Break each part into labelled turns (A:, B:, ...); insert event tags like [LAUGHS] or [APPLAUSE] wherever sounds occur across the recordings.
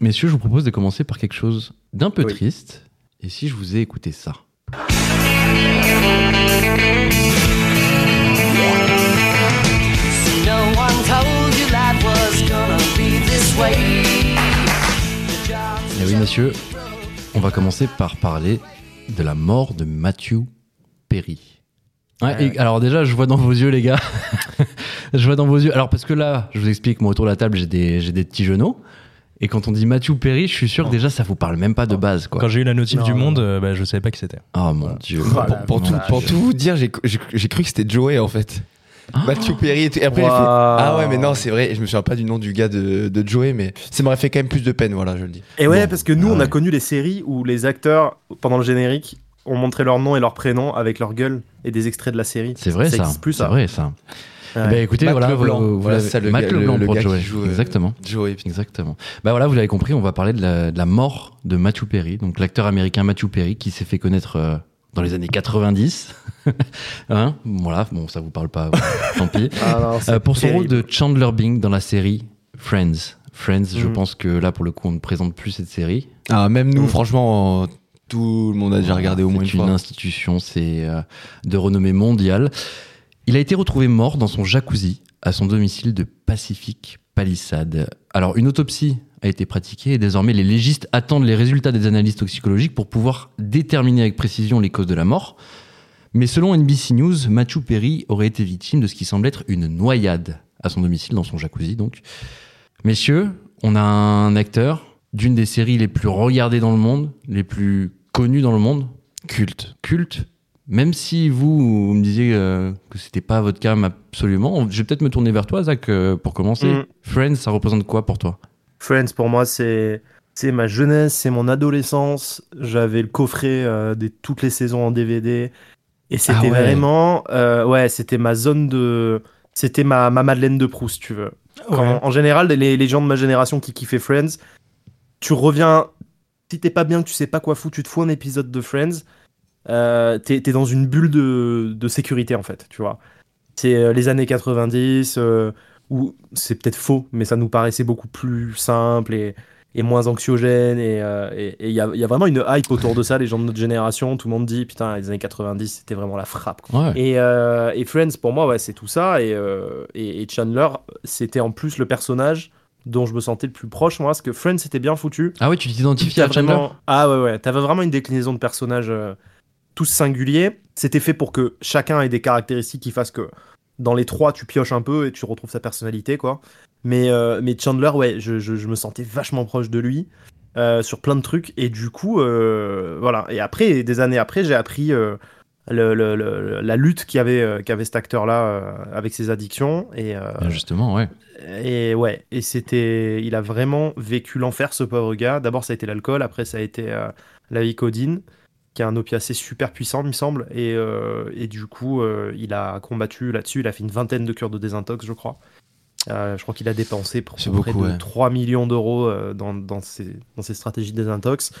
A: Messieurs, je vous propose de commencer par quelque chose d'un peu triste. Et si je vous ai écouté ça Eh
B: See, no one told you life was gonna be this way.
A: Eh oui, messieurs, on va commencer par parler de la mort de Matthew Perry. Ouais,
C: Euh.
A: et alors déjà, je vois dans vos yeux, les gars. [LAUGHS] je vois dans vos yeux. Alors parce que là, je vous explique, moi autour de la table, j'ai des, j'ai des petits genoux. Et quand on dit Matthew Perry, je suis sûr que déjà, ça vous parle même pas de base, quoi.
D: Quand j'ai eu la notif
E: Non,
D: du
E: non,
D: monde, euh, bah, je savais pas qui c'était.
A: Oh mon dieu.
E: Voilà.
C: Pour, pour tout,
A: voilà,
C: pour
A: je-
C: tout vous dire, j'ai j'ai- j'ai cru que c'était Joey en fait.
A: Ah.
C: Mathieu Perry et tout. Et après, j'ai fait,
E: Waouh.
C: Ah ouais, mais non, c'est vrai. Je me souviens pas du nom du gars de, de Joey, mais ça m'aurait fait quand même plus de peine, voilà, je le dis.
E: Et ouais,
A: Bon.
E: parce que nous,
A: Ah
E: on
A: ouais.
E: a connu les séries où les acteurs, pendant le générique, ont montré leur nom et leur prénom avec leur gueule et des extraits de la série.
A: C'est vrai ça.
E: existe plus,
A: C'est
E: ça.
A: vrai ça.
E: Ouais.
A: Bah, écoutez,
C: Matt
A: voilà,
C: Leblanc.
A: vous, vous
C: Voilà,
A: l'avez-
C: c'est ça, le
A: Matt
C: gars- le-
A: Leblanc
C: le
A: pour
C: gars qui
A: Joey.
C: joue, euh,
A: Exactement.
C: Joey, putain.
A: Exactement. Bah voilà, vous l'avez compris, on va parler de la, de la mort de Matthew Perry, donc l'acteur américain Matthew Perry qui s'est fait connaître euh, dans les années 90. [LAUGHS] hein voilà, bon, ça vous parle pas, [LAUGHS] tant pis.
E: Ah non, c'est
A: Euh, pour son rôle
E: terrible.
A: de Chandler Bing dans la série Friends. Friends, je
E: Mhm.
A: pense que là, pour le coup, on ne présente plus cette série.
C: Ah, même nous,
E: Mm.
C: franchement, euh, tout le monde a déjà regardé au moins une
A: C'est une
C: fois.
A: institution, c'est euh, de renommée mondiale. Il a été retrouvé mort dans son jacuzzi à son domicile de Pacific Palisade. Alors, une autopsie a été pratiquée et désormais les légistes attendent les résultats des analyses toxicologiques pour pouvoir déterminer avec précision les causes de la mort. Mais selon NBC News, Mathieu Perry aurait été victime de ce qui semble être une noyade à son domicile, dans son jacuzzi donc. Messieurs, on a un acteur d'une des séries les plus regardées dans le monde, les plus connues dans le monde,
C: Culte.
A: culte. Même si vous, vous me disiez euh, que c'était pas votre cas mais absolument, je vais peut-être me tourner vers toi, Zach, euh, pour commencer.
E: Mm.
A: Friends, ça représente quoi pour toi
E: Friends, pour moi, c'est c'est ma jeunesse, c'est mon adolescence. J'avais le coffret euh, de toutes les saisons en DVD. Et c'était
A: Ah ouais.
E: vraiment. euh, ouais, c'était ma zone de. C'était ma, ma Madeleine de Proust, si tu veux. Quand- en général, les, les gens de ma génération qui kiffaient Friends, tu reviens. Si t'es pas bien, que tu sais pas quoi foutre, tu te fous un épisode de Friends. euh, t'es t'es dans une bulle de, de sécurité, en fait, tu vois. C'est euh, les années 90, euh, où c'est peut-être faux, mais ça nous paraissait beaucoup plus simple et, et moins anxiogène. Et il y, a, y a vraiment une hype autour de ça, les gens de notre génération. Tout le monde dit, putain, les années 90, c'était vraiment la frappe. quoi.
A: Ouais.
E: Et, euh, et Friends, pour moi, ouais, c'est tout ça. Et, euh, et, et Chandler, c'était en plus le personnage dont je me sentais le plus proche, moi, parce que Friends, c'était bien foutu.
A: Ah ouais, tu t'identifies
E: T'as
A: à Chandler
E: vraiment- Ah ouais, ouais, t'avais vraiment une déclinaison de personnages euh, tous singuliers. C'était fait pour que chacun ait des caractéristiques qui fassent que dans les trois, tu pioches un peu et tu retrouves sa personnalité, quoi. Mais, euh, mais Chandler, ouais, je, je- je me sentais vachement proche de lui euh, sur plein de trucs. Et du coup, euh, voilà. Et après, des années après, j'ai appris euh, le- le- le- la lutte qu'avait avait qu'avait cet acteur-là euh, avec ses addictions. Et, euh,
A: Ah, Justement, ouais.
E: et ouais, et c'était. Il a vraiment vécu l'enfer, ce pauvre gars. D'abord, ça a été l'alcool, après, ça a été euh, la icodine, qui est un opiacé super puissant, il me semble. Et, euh, et du coup, euh, il a combattu là-dessus. Il a fait une vingtaine de cures de désintox, je crois. Euh, je crois qu'il a dépensé pour
C: C'est
E: près
C: beaucoup,
E: de
C: ouais.
E: 3 millions d'euros euh, dans, dans, ses, dans ses stratégies de désintox.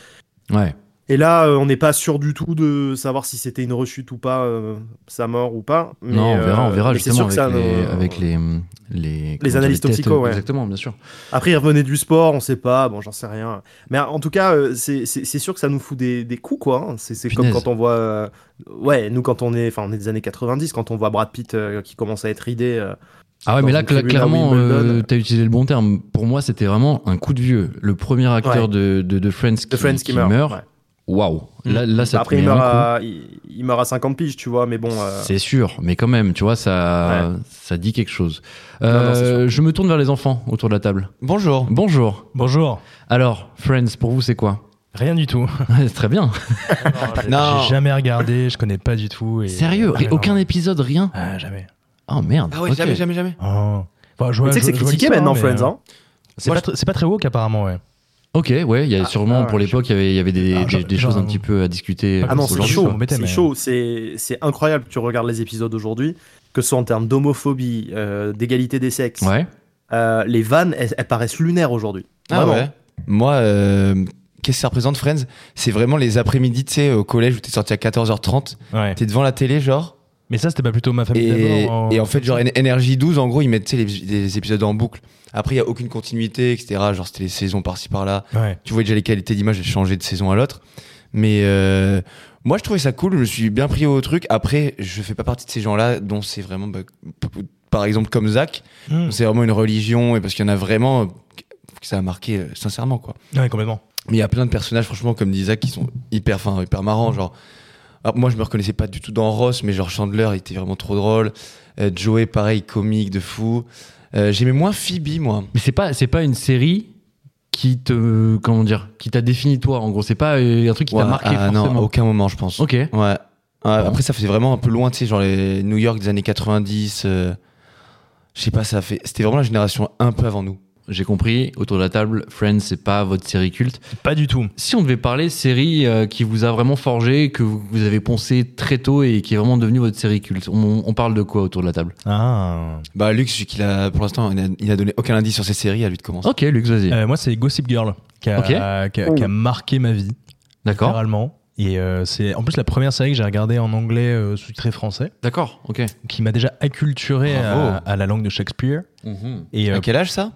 A: Ouais.
E: Et là, euh, on n'est pas sûr du tout de savoir si c'était une rechute ou pas, euh, sa mort ou pas. Mais,
A: non, on verra, on
E: euh,
A: verra
E: mais c'est
A: justement avec,
E: sûr que
A: les,
E: ça, euh,
A: avec les, hum, les, comment dire,
E: analyses
A: tests,
E: toxico, ouais.
A: Exactement, bien sûr.
E: Après, il revenait du sport, on sait pas, bon, j'en sais rien. Mais en tout cas, euh, c'est c'est- c'est sûr que ça nous fout des, des coups, quoi. hein. C'est c'est comme
A: Punaise.
E: quand on voit. euh, Ouais, nous, quand on est. Enfin, on est des années 90, quand on voit Brad Pitt euh, qui commence à être ridé. euh,
A: Ah ouais,
E: Dans
A: mais là,
E: une
A: cla-
E: tribune à
A: clairement,
E: Wimbledon.
A: euh, t'as utilisé le bon terme. Pour moi, c'était vraiment un coup de vieux. Le premier acteur
E: Ouais.
A: de, de, de Friends qui,
E: de Friends qui, meurt. ouais. Mm.
A: Waouh. Là, là, ça te
E: Après,
A: met
E: il meurt,
A: un coup.
E: à, il, il meurt à 50 piges, tu vois, mais bon. euh,
A: C'est sûr, mais quand même, tu vois, ça, ça dit quelque chose.
E: Non, non, c'est
A: Euh, je me tourne vers les enfants autour de la table.
C: Bonjour.
A: Bonjour.
D: Bonjour.
A: Alors, Friends, pour vous, c'est quoi [LAUGHS]
D: Rien du tout.
A: Ouais, c'est Très bien. Bah,
C: Non.
D: J'ai jamais regardé, je connais pas du tout. Et...
A: Sérieux
D: Ah, non.
A: Aucun épisode, rien
D: Ah, jamais.
A: Oh merde.
C: Ah ouais,
A: ok.
C: jamais, jamais, jamais.
D: Oh. Enfin, je
E: mais
D: vois-
E: Tu sais que
D: je-
E: c'est
D: je vois
E: critiqué maintenant,
D: l'histoire, mais,
E: Friends,
D: euh,
E: hein.
D: C'est pas, tr- c'est pas très woke apparemment, ouais.
A: Ok, ouais, il y a sûrement,
E: ah ouais,
A: pour l'époque, il y avait- il y avait des,
D: Ah,
A: des-
D: genre-
A: des choses un
D: genre-
A: petit peu à discuter. euh,
E: Ah non, c'est
A: aujourd'hui,
E: chaud,
A: quoi.
E: C'est chaud, c'est c'est incroyable. Tu regardes les épisodes aujourd'hui, que ce soit en termes d'homophobie, euh, d'égalité des sexes.
A: Ouais.
E: euh, les vannes, elles, elles paraissent lunaires aujourd'hui.
C: Ah
E: Vraiment.
C: ouais. Moi, euh, qu'est-ce que ça représente, Friends C'est vraiment les après-midi, tu sais, au collège où t'es sorti à 14h30,
D: Ouais.
C: t'es devant la télé, genre.
D: Ah, Mais ça, c'était pas plutôt ma famille
C: Et,
D: d'abord. hein.
C: et en fait, genre, énergie 12, en gros, ils mettent tu sais, les, les épisodes en boucle. Après, il n'y a aucune continuité, etc. Genre, c'était les saisons par-ci par-là.
D: Ouais.
C: Tu vois déjà les qualités d'image, elles changeaient de saison à l'autre. Mais euh, moi, je trouvais ça cool. Je me suis bien pris au truc. Après, je fais pas partie de ces gens-là dont c'est vraiment. bah, p- p- par exemple, comme Zach,
D: Mm.
C: c'est vraiment une religion. Et parce qu'il y en a vraiment euh, que ça a marqué, euh, sincèrement, quoi.
D: Ouais, complètement.
C: Mais il y a plein de personnages, franchement, comme disait Zach, qui sont hyper fins, hyper marrants. Genre, ah, moi, je me reconnaissais pas du tout dans Ross, mais genre Chandler, il était vraiment trop drôle. Euh, Joey, pareil, comique de fou. Euh, J'aimais moins Phoebe, moi.
A: Mais c'est pas, c'est pas une série qui te, comment dire, qui t'a défini toi. En gros, c'est pas euh, un truc qui
C: Ouais,
A: t'a marqué
C: ah,
A: forcément.
C: Non, à aucun moment, je pense.
A: Ok.
C: Ouais. Ouais, Après, ça faisait vraiment un peu loin, tu sais, genre les New York des années 90. euh, je sais pas, ça fait. C'était vraiment la génération un peu avant nous.
A: J'ai compris. Autour de la table, Friends, c'est pas votre série culte.
D: Pas du tout.
A: Si on devait parler série euh, qui vous a vraiment forgé, que vous, vous avez poncé très tôt et qui est vraiment devenue votre série culte, on, on parle de quoi autour de la table
D: Ah.
C: Bah, Luc, celui qu'il a, pour l'instant, il a, il a donné aucun indice sur ses séries à lui de commencer.
A: Ok, Luc, vas-y.
D: Euh, moi, c'est Gossip Girl qui a,
A: Ok.
D: qui a- qui a marqué ma vie,
A: D'accord.
D: littéralement. Et euh, c'est en plus la première série que j'ai regardée en anglais euh, sous-titré français,
A: D'accord. Ok.
D: qui m'a déjà acculturé à,
C: Bravo.
D: à la langue de Shakespeare.
A: Mhm.
D: Et euh,
C: À quel âge ça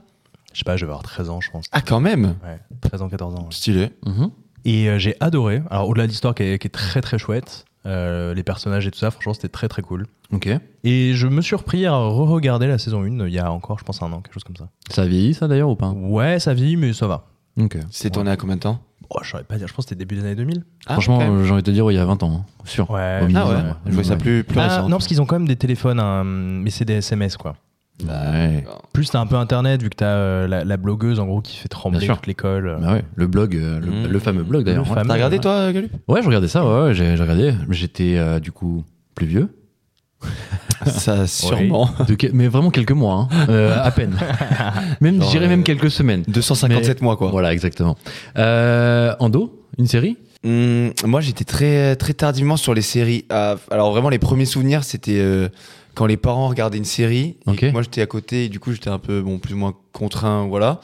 D: je sais pas, je vais avoir 13 ans, je pense.
C: Ah, quand même
D: Ouais, 13 ans, 14 ans. ouais.
C: Stylé.
A: Mhm.
D: Et euh, j'ai adoré. Alors, au-delà de l'histoire qui est, qui est très très chouette, euh, les personnages et tout ça, franchement, c'était très très cool.
A: Ok.
D: Et je me suis repris à re-regarder la saison 1 il y a encore, je pense, un an, quelque chose comme ça.
A: Ça vieillit ça d'ailleurs ou pas
D: Ouais, ça vieillit, mais ça va.
A: Ok.
C: C'était tourné à combien de temps
D: Oh, je saurais pas dire, je pense que c'était début des années 2000.
C: Ah,
A: Franchement,
C: quand même.
A: euh, j'ai envie de te dire, ouais, il y a 20 ans. hein. Sûr.
D: Ouais,
A: Au
C: Ah
A: minimum,
C: ouais,
A: ouais.
C: je vois ça
A: Ouais.
C: plus, plus
D: Ah,
C: récent.
D: non, parce qu'ils ont quand même des téléphones, hein, mais c'est des SMS, quoi.
C: Bah
A: Ouais.
D: Plus t'as un peu internet, vu que t'as euh, la, la blogueuse, en gros, qui fait trembler
A: Bien sûr.
D: toute l'école. euh,
A: Bah ouais, le blog, euh, le,
C: Mmh.
A: le fameux blog d'ailleurs.
D: Le
A: ouais.
D: fameux.
C: T'as regardé
D: Ouais.
C: toi, Galup
A: Ouais, je regardais ça, ouais, ouais, j'ai j'ai regardé. J'étais euh, du coup plus vieux,
C: [LAUGHS] Ça, [LAUGHS] sûrement.
A: De que- mais vraiment quelques mois, hein. Euh, à
C: [LAUGHS]
A: peine. même,
C: Genre,
A: j'irais
C: euh,
A: même quelques semaines.
C: 257 mois, quoi.
A: Voilà, exactement. Euh, Ando, une série
C: Hum, moi, j'étais très, très tardivement sur les séries. Ah, alors, vraiment, les premiers souvenirs, c'était euh, quand les parents regardaient une série. et
A: Ok.
C: que moi, j'étais à côté et du coup, j'étais un peu, bon, plus ou moins contraint, voilà.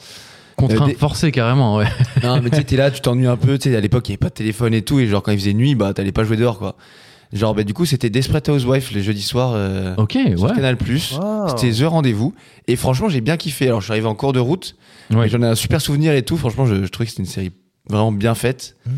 A: Contraint,
C: Euh, des-
A: forcé carrément,
C: [LAUGHS]
A: ouais.
C: Non, mais tu sais, t'es là, tu t'ennuies un peu. Tu sais, à l'époque, il n'y avait pas de téléphone et tout. Et genre, quand il faisait nuit, bah, t'allais pas jouer dehors, quoi. Genre, bah, du coup, c'était Desperate Housewife les jeudis soirs euh,
A: Ok,
C: sur
A: ouais.
C: Canal+.
E: Ah.
C: C'était The Rendez-vous. Et franchement, j'ai bien kiffé. Alors, je suis arrivé en cours de route.
A: Ouais.
C: Et J'en ai un super souvenir et tout. Franchement, je, je trouvais que c'était une série vraiment bien faite.
A: Hmm.
D: Mm.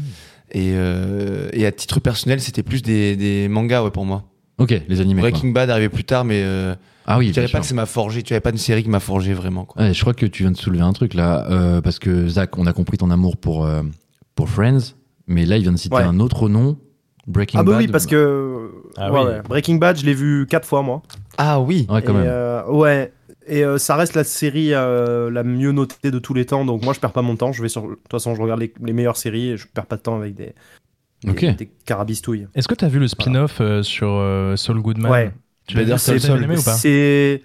C: Et, euh, et à titre personnel, c'était plus des, des mangas ouais, pour moi.
A: Ok, les animés. quoi.
C: Breaking Bad arrivait plus tard, mais euh,
A: Ah oui,
C: je dirais
A: bien
C: pas
A: sûr.
C: que ça m'a forgé. Tu avais pas une série qui m'a forgé vraiment. Quoi.
A: Ouais, je crois que tu viens de soulever un truc là, euh, parce que Zach, on a compris ton amour pour, euh, pour Friends, mais là, il vient de citer
E: Ouais.
A: un autre nom, Breaking
E: Ah bah
A: Bad.
E: oui, parce que
D: Ah
E: ouais,
D: oui.
E: ouais. Breaking Bad, je l'ai vu quatre fois moi.
C: Ah oui.
A: Ouais, quand
E: et,
A: même.
E: euh, ouais. Et euh, ça reste la série euh, la mieux notée de tous les temps, donc moi je perds pas mon temps. Je vais sur, de toute façon, je regarde les, les meilleures séries et je perds pas de temps avec des, des,
A: Ok.
E: des carabistouilles.
D: Est-ce que t'as vu le spin-off euh, sur euh, Saul Goodman
E: Ouais. Bah,
D: Tu l'as
C: Better
D: vu,
C: Call
D: t'as
C: Saul.
D: aimé ou pas
E: C'est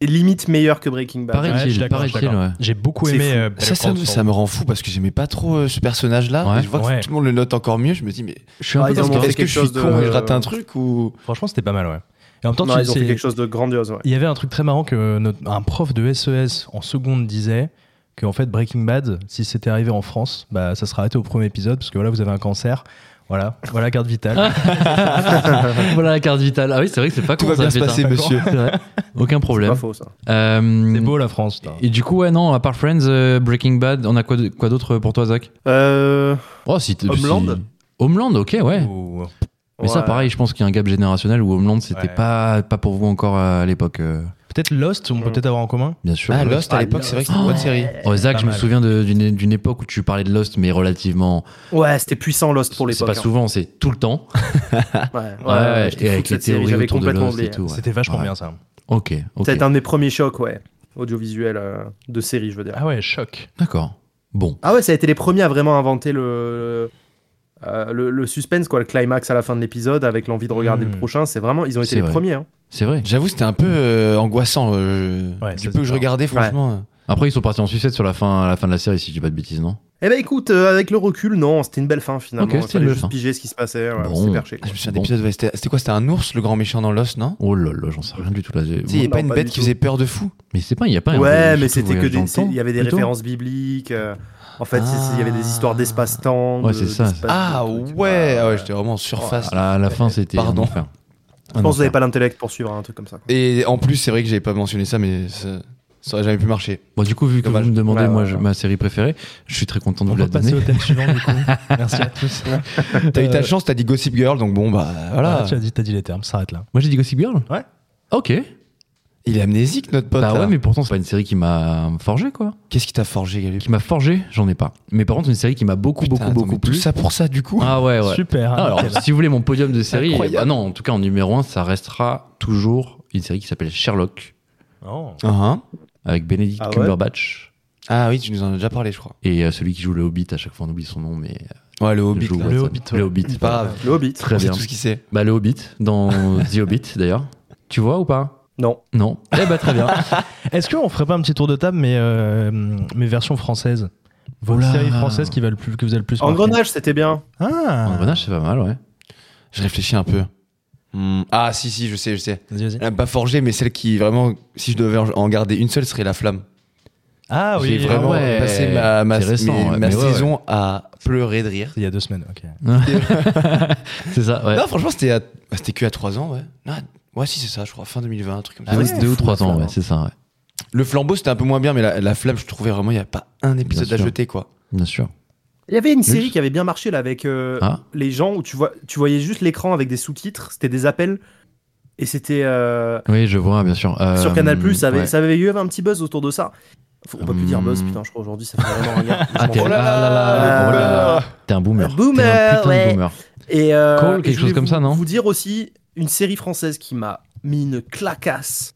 E: limite meilleur que Breaking Bad.
A: Pareil.
D: Ouais, je suis d'accord,
A: Paraît-il,
D: je suis d'accord.
A: ouais.
D: J'ai beaucoup
E: C'est
D: aimé.
E: fou.
D: euh, Better
C: Ça, ça,
D: Call
C: me,
D: Saul.
C: ça me rend fou parce que j'aimais pas trop euh, ce personnage-là.
A: Ouais.
C: et je vois
D: Ouais.
C: que tout le monde le note encore mieux. Je me dis, mais
A: Je suis un
E: Ah,
A: peu
E: ils ont
A: parce que-
E: fait
C: est-ce que
E: quelque
C: je suis
E: chose de-
C: con et je rate un truc ou
D: Franchement, c'était pas mal, ouais. Et en même temps,
E: Non,
D: tu
E: ils ont
D: sais-
E: fait quelque chose de grandiose. Ouais.
D: il y avait un truc très marrant que notre, un prof de SES en seconde disait que en fait Breaking Bad, si c'était arrivé en France, bah ça serait arrêté au premier épisode parce que voilà, vous avez un cancer. Voilà, voilà la carte vitale.
A: Ah. [LAUGHS] voilà la carte vitale. Ah oui, c'est vrai que c'est pas
C: Tout
A: con,
C: va
A: ça,
C: bien se
A: fait ça.
C: passer, monsieur.
A: C'est vrai. Aucun
E: C'est
A: problème.
E: pas faux ça.
A: Euh,
D: C'est beau la France. putain.
A: Et du coup, ouais, non, à part Friends, euh, Breaking Bad, on a quoi, de- quoi d'autre pour toi, Zach
E: Euh,
A: Oh, si t-
E: Homeland
A: si- Homeland, ok, ouais.
D: Ou- euh,
A: Mais ça,
E: ouais.
A: pareil, je pense qu'il y a un gap générationnel où Homeland, c'était
D: Ouais.
A: pas, pas pour vous encore à l'époque, euh,
D: Peut-être Lost, on peut
E: Mm.
D: peut-être avoir en commun.
A: bien sûr.
C: Ah, Lost à
E: Ah,
C: l'époque, c'est vrai que c'était une bonne série.
A: Oh, Zach,
D: Pas
A: je me
D: mal.
A: souviens de- d'une d'une époque où tu parlais de Lost, mais relativement.
E: Ouais, c'était puissant Lost pour
A: C'est
E: l'époque.
A: pas
E: hein.
A: souvent, c'est tout le temps.
E: Ouais, ouais,
A: Ouais,
E: ouais, j'étais
A: et
E: fou
A: avec
E: de
A: les
E: cette série,
A: théories
E: j'avais
A: autour de
E: complètement
A: Lost
E: oublié.
A: et tout. ouais.
D: C'était vachement
A: Ouais.
D: bien ça.
A: Ok, ok.
E: C'était un de mes premiers chocs, ouais, audiovisuel euh, de série, je veux dire.
D: Ah ouais, choc.
A: D'accord. Bon.
E: Ah ouais, ça a été les premiers à vraiment inventer le, euh, le, le suspense, quoi, le climax à la fin de l'épisode avec l'envie de regarder
D: Hmm.
E: le prochain. C'est vraiment, ils ont
A: C'est
E: été les
A: vrai.
E: premiers. hein.
A: C'est vrai.
C: J'avoue, c'était un peu euh, angoissant. euh,
D: Ouais, ça,
C: du peu que
D: c'est
C: je
D: ça.
C: regardais, franchement. euh.
A: Après, ils sont partis en sucette sur la fin, à la fin de la série, si je dis pas de bêtises, non
E: Eh ben écoute, euh, avec le recul, non, c'était une belle fin finalement.
A: Ok,
E: Il
A: c'était
E: fallait
A: une
E: juste
A: belle fin.
E: piger ce qui se passait. ouais,
A: Bon.
E: c'était perché.
C: Ah,
E: quoi.
C: je me souviens
A: Bon.
C: d'épisodes. ouais, c'était c'était quoi C'était un ours, le grand méchant dans Lost, non
A: Oh là là, j'en sais rien du tout là. j'ai-
C: Tu sais, il n'y a
E: Non,
C: pas une
E: pas
C: bête
E: du
C: qui
E: tout.
C: faisait peur de fou.
A: Mais c'est pas, il y a pas. un
E: Ouais,
A: voyage-
E: mais
A: surtout
E: c'était que
A: voyage dans
E: des,
A: le
E: c'est-
A: temps,
E: il y avait des
A: plutôt.
E: références bibliques. euh, en fait, c'est- il y avait des histoires d'espace-temps.
A: Ouais,
E: de-
A: c'est ça.
E: d'espace-
C: Ah
E: de- de- de-
A: euh,
C: ouais, ah ouais, j'étais vraiment en surface.
A: À la, à la fin, c'était.
C: Pardon.
A: un enfer.
E: Je pense que vous n'avez pas l'intellect pour suivre hein, un truc comme ça. quoi.
C: Et en plus, c'est vrai que j'avais pas mentionné ça, mais ça, ça aurait jamais pu marcher.
A: Bon, du coup, vu que
C: Dommage.
A: vous me demandez
E: Ouais, ouais,
A: moi, je-
E: ouais.
A: ma série préférée, je suis très content de
D: On
A: vous
D: peut
A: la
D: passer
A: donner.
D: au thème suivant
A: [LAUGHS]
D: du coup. Merci à tous.
C: T'as eu
A: Euh.
C: ta chance, t'as dit Gossip Girl, donc bon, bah voilà.
A: Ah,
D: Voilà, Ah, tu as dit, t'as dit les termes, ça arrête là.
A: Moi, j'ai dit Gossip Girl
D: Ouais.
A: Ok.
C: Il est amnésique, notre pote.
A: Bah
C: là.
A: ouais, mais pourtant, c'est pas une série qui m'a forgé, quoi.
C: Qu'est-ce qui t'a forgé, Gabi
A: Qui m'a forgé, j'en ai pas. Mais par contre, une série qui m'a beaucoup,
C: Putain,
A: beaucoup,
C: attends,
A: beaucoup
C: mais Tout
A: plu.
C: ça pour ça, du coup.
A: Ah ouais, ouais.
D: Super.
A: Ah, alors,
D: nickel.
A: si vous voulez mon podium de série,
C: Incroyable.
A: bah non, en tout cas, en numéro 1, ça restera toujours une série qui s'appelle Sherlock,
D: Oh.
C: Ah, hein.
A: avec Benedict
E: Ah ouais
A: Cumberbatch.
C: Ah oui, tu nous en as déjà parlé, je crois.
A: Et euh, celui qui joue le Hobbit, à chaque fois on oublie son nom, mais euh,
C: Ouais, le
A: le
C: Hobbit.
A: joue
C: là.
A: Watson.
D: Hobbit, ouais.
A: Le Hobbit,
C: C'est
A: pardon.
C: pas grave.
E: Le Hobbit.
A: Très
C: On sait
A: bien.
C: tout ce qui sait.
A: Bah, le Hobbit, dans
D: [LAUGHS]
A: The Hobbit d'ailleurs. Tu vois ou pas
E: Non.
A: Non. Eh bah,
D: [LAUGHS]
A: très bien.
D: Est-ce qu'on ferait pas un petit tour de table, mais, euh, mais version française Votre
A: Oula.
D: série française qui va le plus, que vous avez le plus marqué.
E: Engrenage, c'était bien.
D: Ah
A: Engrenage, c'est pas mal,
D: [LAUGHS]
A: ouais.
C: Je réfléchis un peu. Hmm. Ah, si, si, je sais, je sais.
D: Vas-y, vas-y.
C: Elle m'a Pas forgé, mais celle qui vraiment, si je devais en garder une seule, serait la flamme.
D: Ah oui,
C: J'ai vraiment
A: ah ouais.
C: passé ma, ma,
A: C'est récent,
C: mes-
A: ouais,
C: ma
A: mais ouais,
C: saison à pleurer de rire.
D: Il y a deux semaines, ok.
C: Ah.
A: C'est ça, ouais.
D: Ah
C: Non, franchement, c'était à- bah, c'était que à 3 ans, ouais. Non, ouais, si, c'est ça, je crois, fin 2020, un truc comme ça.
A: Deux,
D: ouais,
A: deux ou
D: fou,
A: trois
D: ça,
A: ans,
D: hein.
A: Ah ouais, c'est ça, ouais.
C: Le flambeau, c'était un peu moins bien, mais la, la flamme, je trouvais vraiment, il n'y a pas un épisode
A: Bien
C: à
A: sûr.
C: jeter, quoi.
A: Bien sûr.
E: Il y avait une série
A: Juste.
E: qui avait bien marché là avec euh,
A: Ah.
E: les gens où tu, vois, tu voyais juste l'écran avec des sous-titres, c'était des appels et c'était euh,
A: Oui, je vois, bien sûr. Euh,
E: sur Canal Plus, ça avait,
A: ouais.
E: ça avait eu un petit buzz autour de ça. Faut pas plus dire buzz,
C: Hum.
E: putain, je crois aujourd'hui ça fait vraiment
A: [LAUGHS]
E: un gars.
A: Ah, t'es
E: Je m'en
A: ah
E: fous.
A: là là,
E: Ah.
A: oh là. T'es un boomer. T'es un
E: Boomer,
A: putain de
E: ouais.
A: boomer.
E: Et euh,
A: Cole,
E: et
A: quelque
E: je voulais
A: chose comme
E: vous-
A: ça, non
E: Vous dire aussi une série française qui m'a mis une clacasse.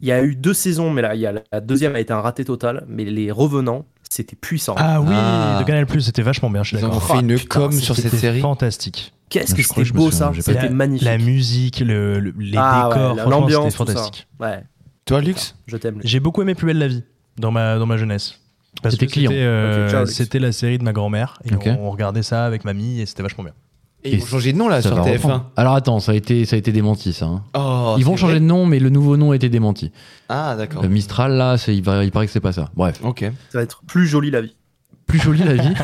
E: Il y a eu deux saisons, mais là, il y a la- la deuxième a été un raté total. Mais les revenants, c'était puissant.
D: Ah oui,
C: Ah.
D: de Canal Plus, c'était vachement bien, je suis
C: Ils ont
D: d'accord.
C: fait une
E: putain,
C: com sur
E: c'était
C: cette série.
D: Fantastique.
E: Qu'est-ce
A: Bah, Je
E: que
A: crois que
E: c'était
A: je me
E: beau
A: souviens,
E: ça,
A: j'ai pas
E: c'était
D: dit.
E: magnifique.
D: La musique, le, le- les
E: Ah ouais,
D: décors,
E: la-
D: franchement, c'était
E: l'ambiance, tout ça.
D: fantastique.
E: Ouais,
C: Toi, Lux
E: je t'aime.
D: J'ai beaucoup aimé Plus belle la vie dans ma, dans ma jeunesse. Parce
A: C'était
D: que
A: client.
D: C'était euh,
E: Ok, ciao, Alex.
D: c'était la série de ma grand-mère. Et
A: Ok.
D: on, on regardait ça avec mamie et c'était vachement bien.
C: Et Ils
A: Et
C: vont changer de nom,
D: Ah,
C: là,
A: Ça
C: sur
A: va
C: TF1.
A: reprendre. Alors attends, ça a été, ça a été démenti, ça. hein.
C: Oh,
A: Ils vont
C: c'est
A: changer
C: vrai
A: de nom, mais le nouveau nom a été démenti.
C: Ah, d'accord.
A: Euh, Mistral, là, c'est- il, va- il paraît que c'est pas ça. Bref,
C: Ok.
E: Ça va être plus joli la vie.
A: plus jolie la [LAUGHS] vie.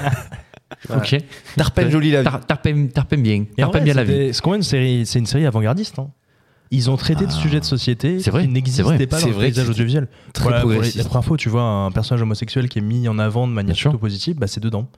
A: ok.
C: Tarpène jolie la vie.
A: Tar- tarpem, tarpem bien.
D: Et en
A: Tarpem
D: vrai,
A: bien la vie.
D: c'était- C'est quand même une série, c'est une série avant-gardiste. hein. Ils ont traité de sujets de société
A: Ah. C'est vrai,
D: qui
A: c'est vrai,
D: n'existaient pas dans
C: c'est
D: le
C: vrai
D: paysage
C: que c'était
D: audiovisuel.
C: Très
D: Voilà, pour les- la
C: progressiste.
D: première fois où tu vois un personnage homosexuel qui est mis en avant de manière
A: Bien sûr.
D: plutôt positive, bah, c'est dedans.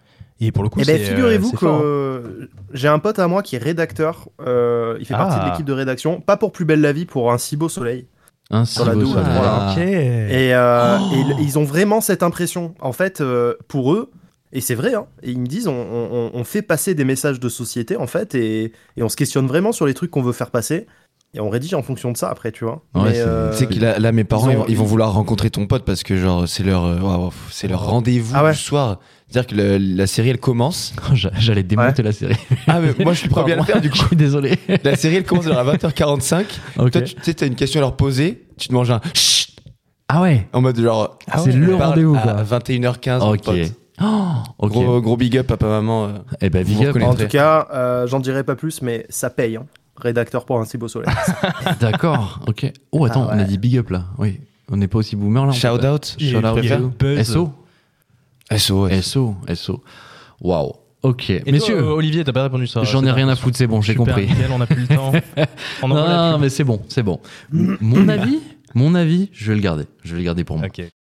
D: Et pour le coup,
E: Eh
D: c'est
E: ben, figurez-vous
D: euh, c'est
E: que
D: fort, hein.
E: euh, j'ai un pote à moi qui est rédacteur. euh, il fait partie
D: Ah.
E: de l'équipe de rédaction. Pas pour Plus Belle la Vie, pour Un Si Beau Soleil.
A: Un si
E: la
A: beau
E: double,
A: soleil.
E: voilà.
C: Ah.
D: Ok. Eh.
E: Et, euh,
D: Oh.
E: et l- ils ont vraiment cette impression. En fait, euh, pour eux, et c'est vrai, hein, et ils me disent, on, on- on fait passer des messages de société, en fait, et, et on se questionne vraiment sur les trucs qu'on veut faire passer, et on rédige en fonction de ça après, tu vois.
A: Ouais,
E: Mais,
A: c'est-
E: euh,
C: Tu sais que là, là, mes parents,
E: ont-
C: ils, vont, ils
E: ils-
C: vont vouloir rencontrer ton pote parce que, genre, c'est leur, euh, waouh, c'est leur rendez-vous
E: Ah ouais.
C: du soir. C'est-à-dire que le- la série, elle commence.
A: J'a- [LAUGHS] J'allais démonter la série.
C: Ah, mais moi, je suis prêt à bien le faire, du
A: [LAUGHS] Je
C: coup.
A: suis désolé.
C: La série, elle
A: [LAUGHS]
C: commence genre à 20h45.
A: Ok.
C: Toi, tu tu sais, t'as une question à leur poser. Tu te manges un chut
A: Ah ouais.
C: en mode genre.
A: Ah ouais. C'est le
C: parle
A: rendez-vous, quoi.
C: À 21h15. mon
A: Ok.
C: pote.
A: Oh, [GASPS] ok.
C: Gros, gros big up, papa, maman. euh.
A: eh ben,
C: vous
A: big up.
C: reconnaîtrez.
E: en
C: très-
E: tout cas, euh, j'en dirai pas plus, mais ça paye. hein. Rédacteur pour Un Si Beau Soleil.
A: D'accord. Ok. Oh, attends,
E: Ah
A: on a
E: ouais.
A: dit big up là. Oui. On n'est pas aussi boomer là. on
C: Shout
A: peut-
C: out.
A: Shout
D: Il y a
A: out.
D: buzz.
A: SO.
C: SOS.
A: SO. SO. Waouh. Ok.
D: Et
A: Messieurs.
D: toi, euh, Olivier, t'as pas répondu sur
A: J'en ai
D: cette
A: rien à
D: question.
A: foutre, c'est bon, j'ai
D: Super,
A: compris.
D: nickel, on
A: [LAUGHS]
D: a plus le temps. On
A: Non,
D: envoie la
A: non, mais c'est bon, c'est bon. Mon avis, mon avis, je vais le garder. Je vais le garder pour
D: pub.
A: moi.
D: Ok.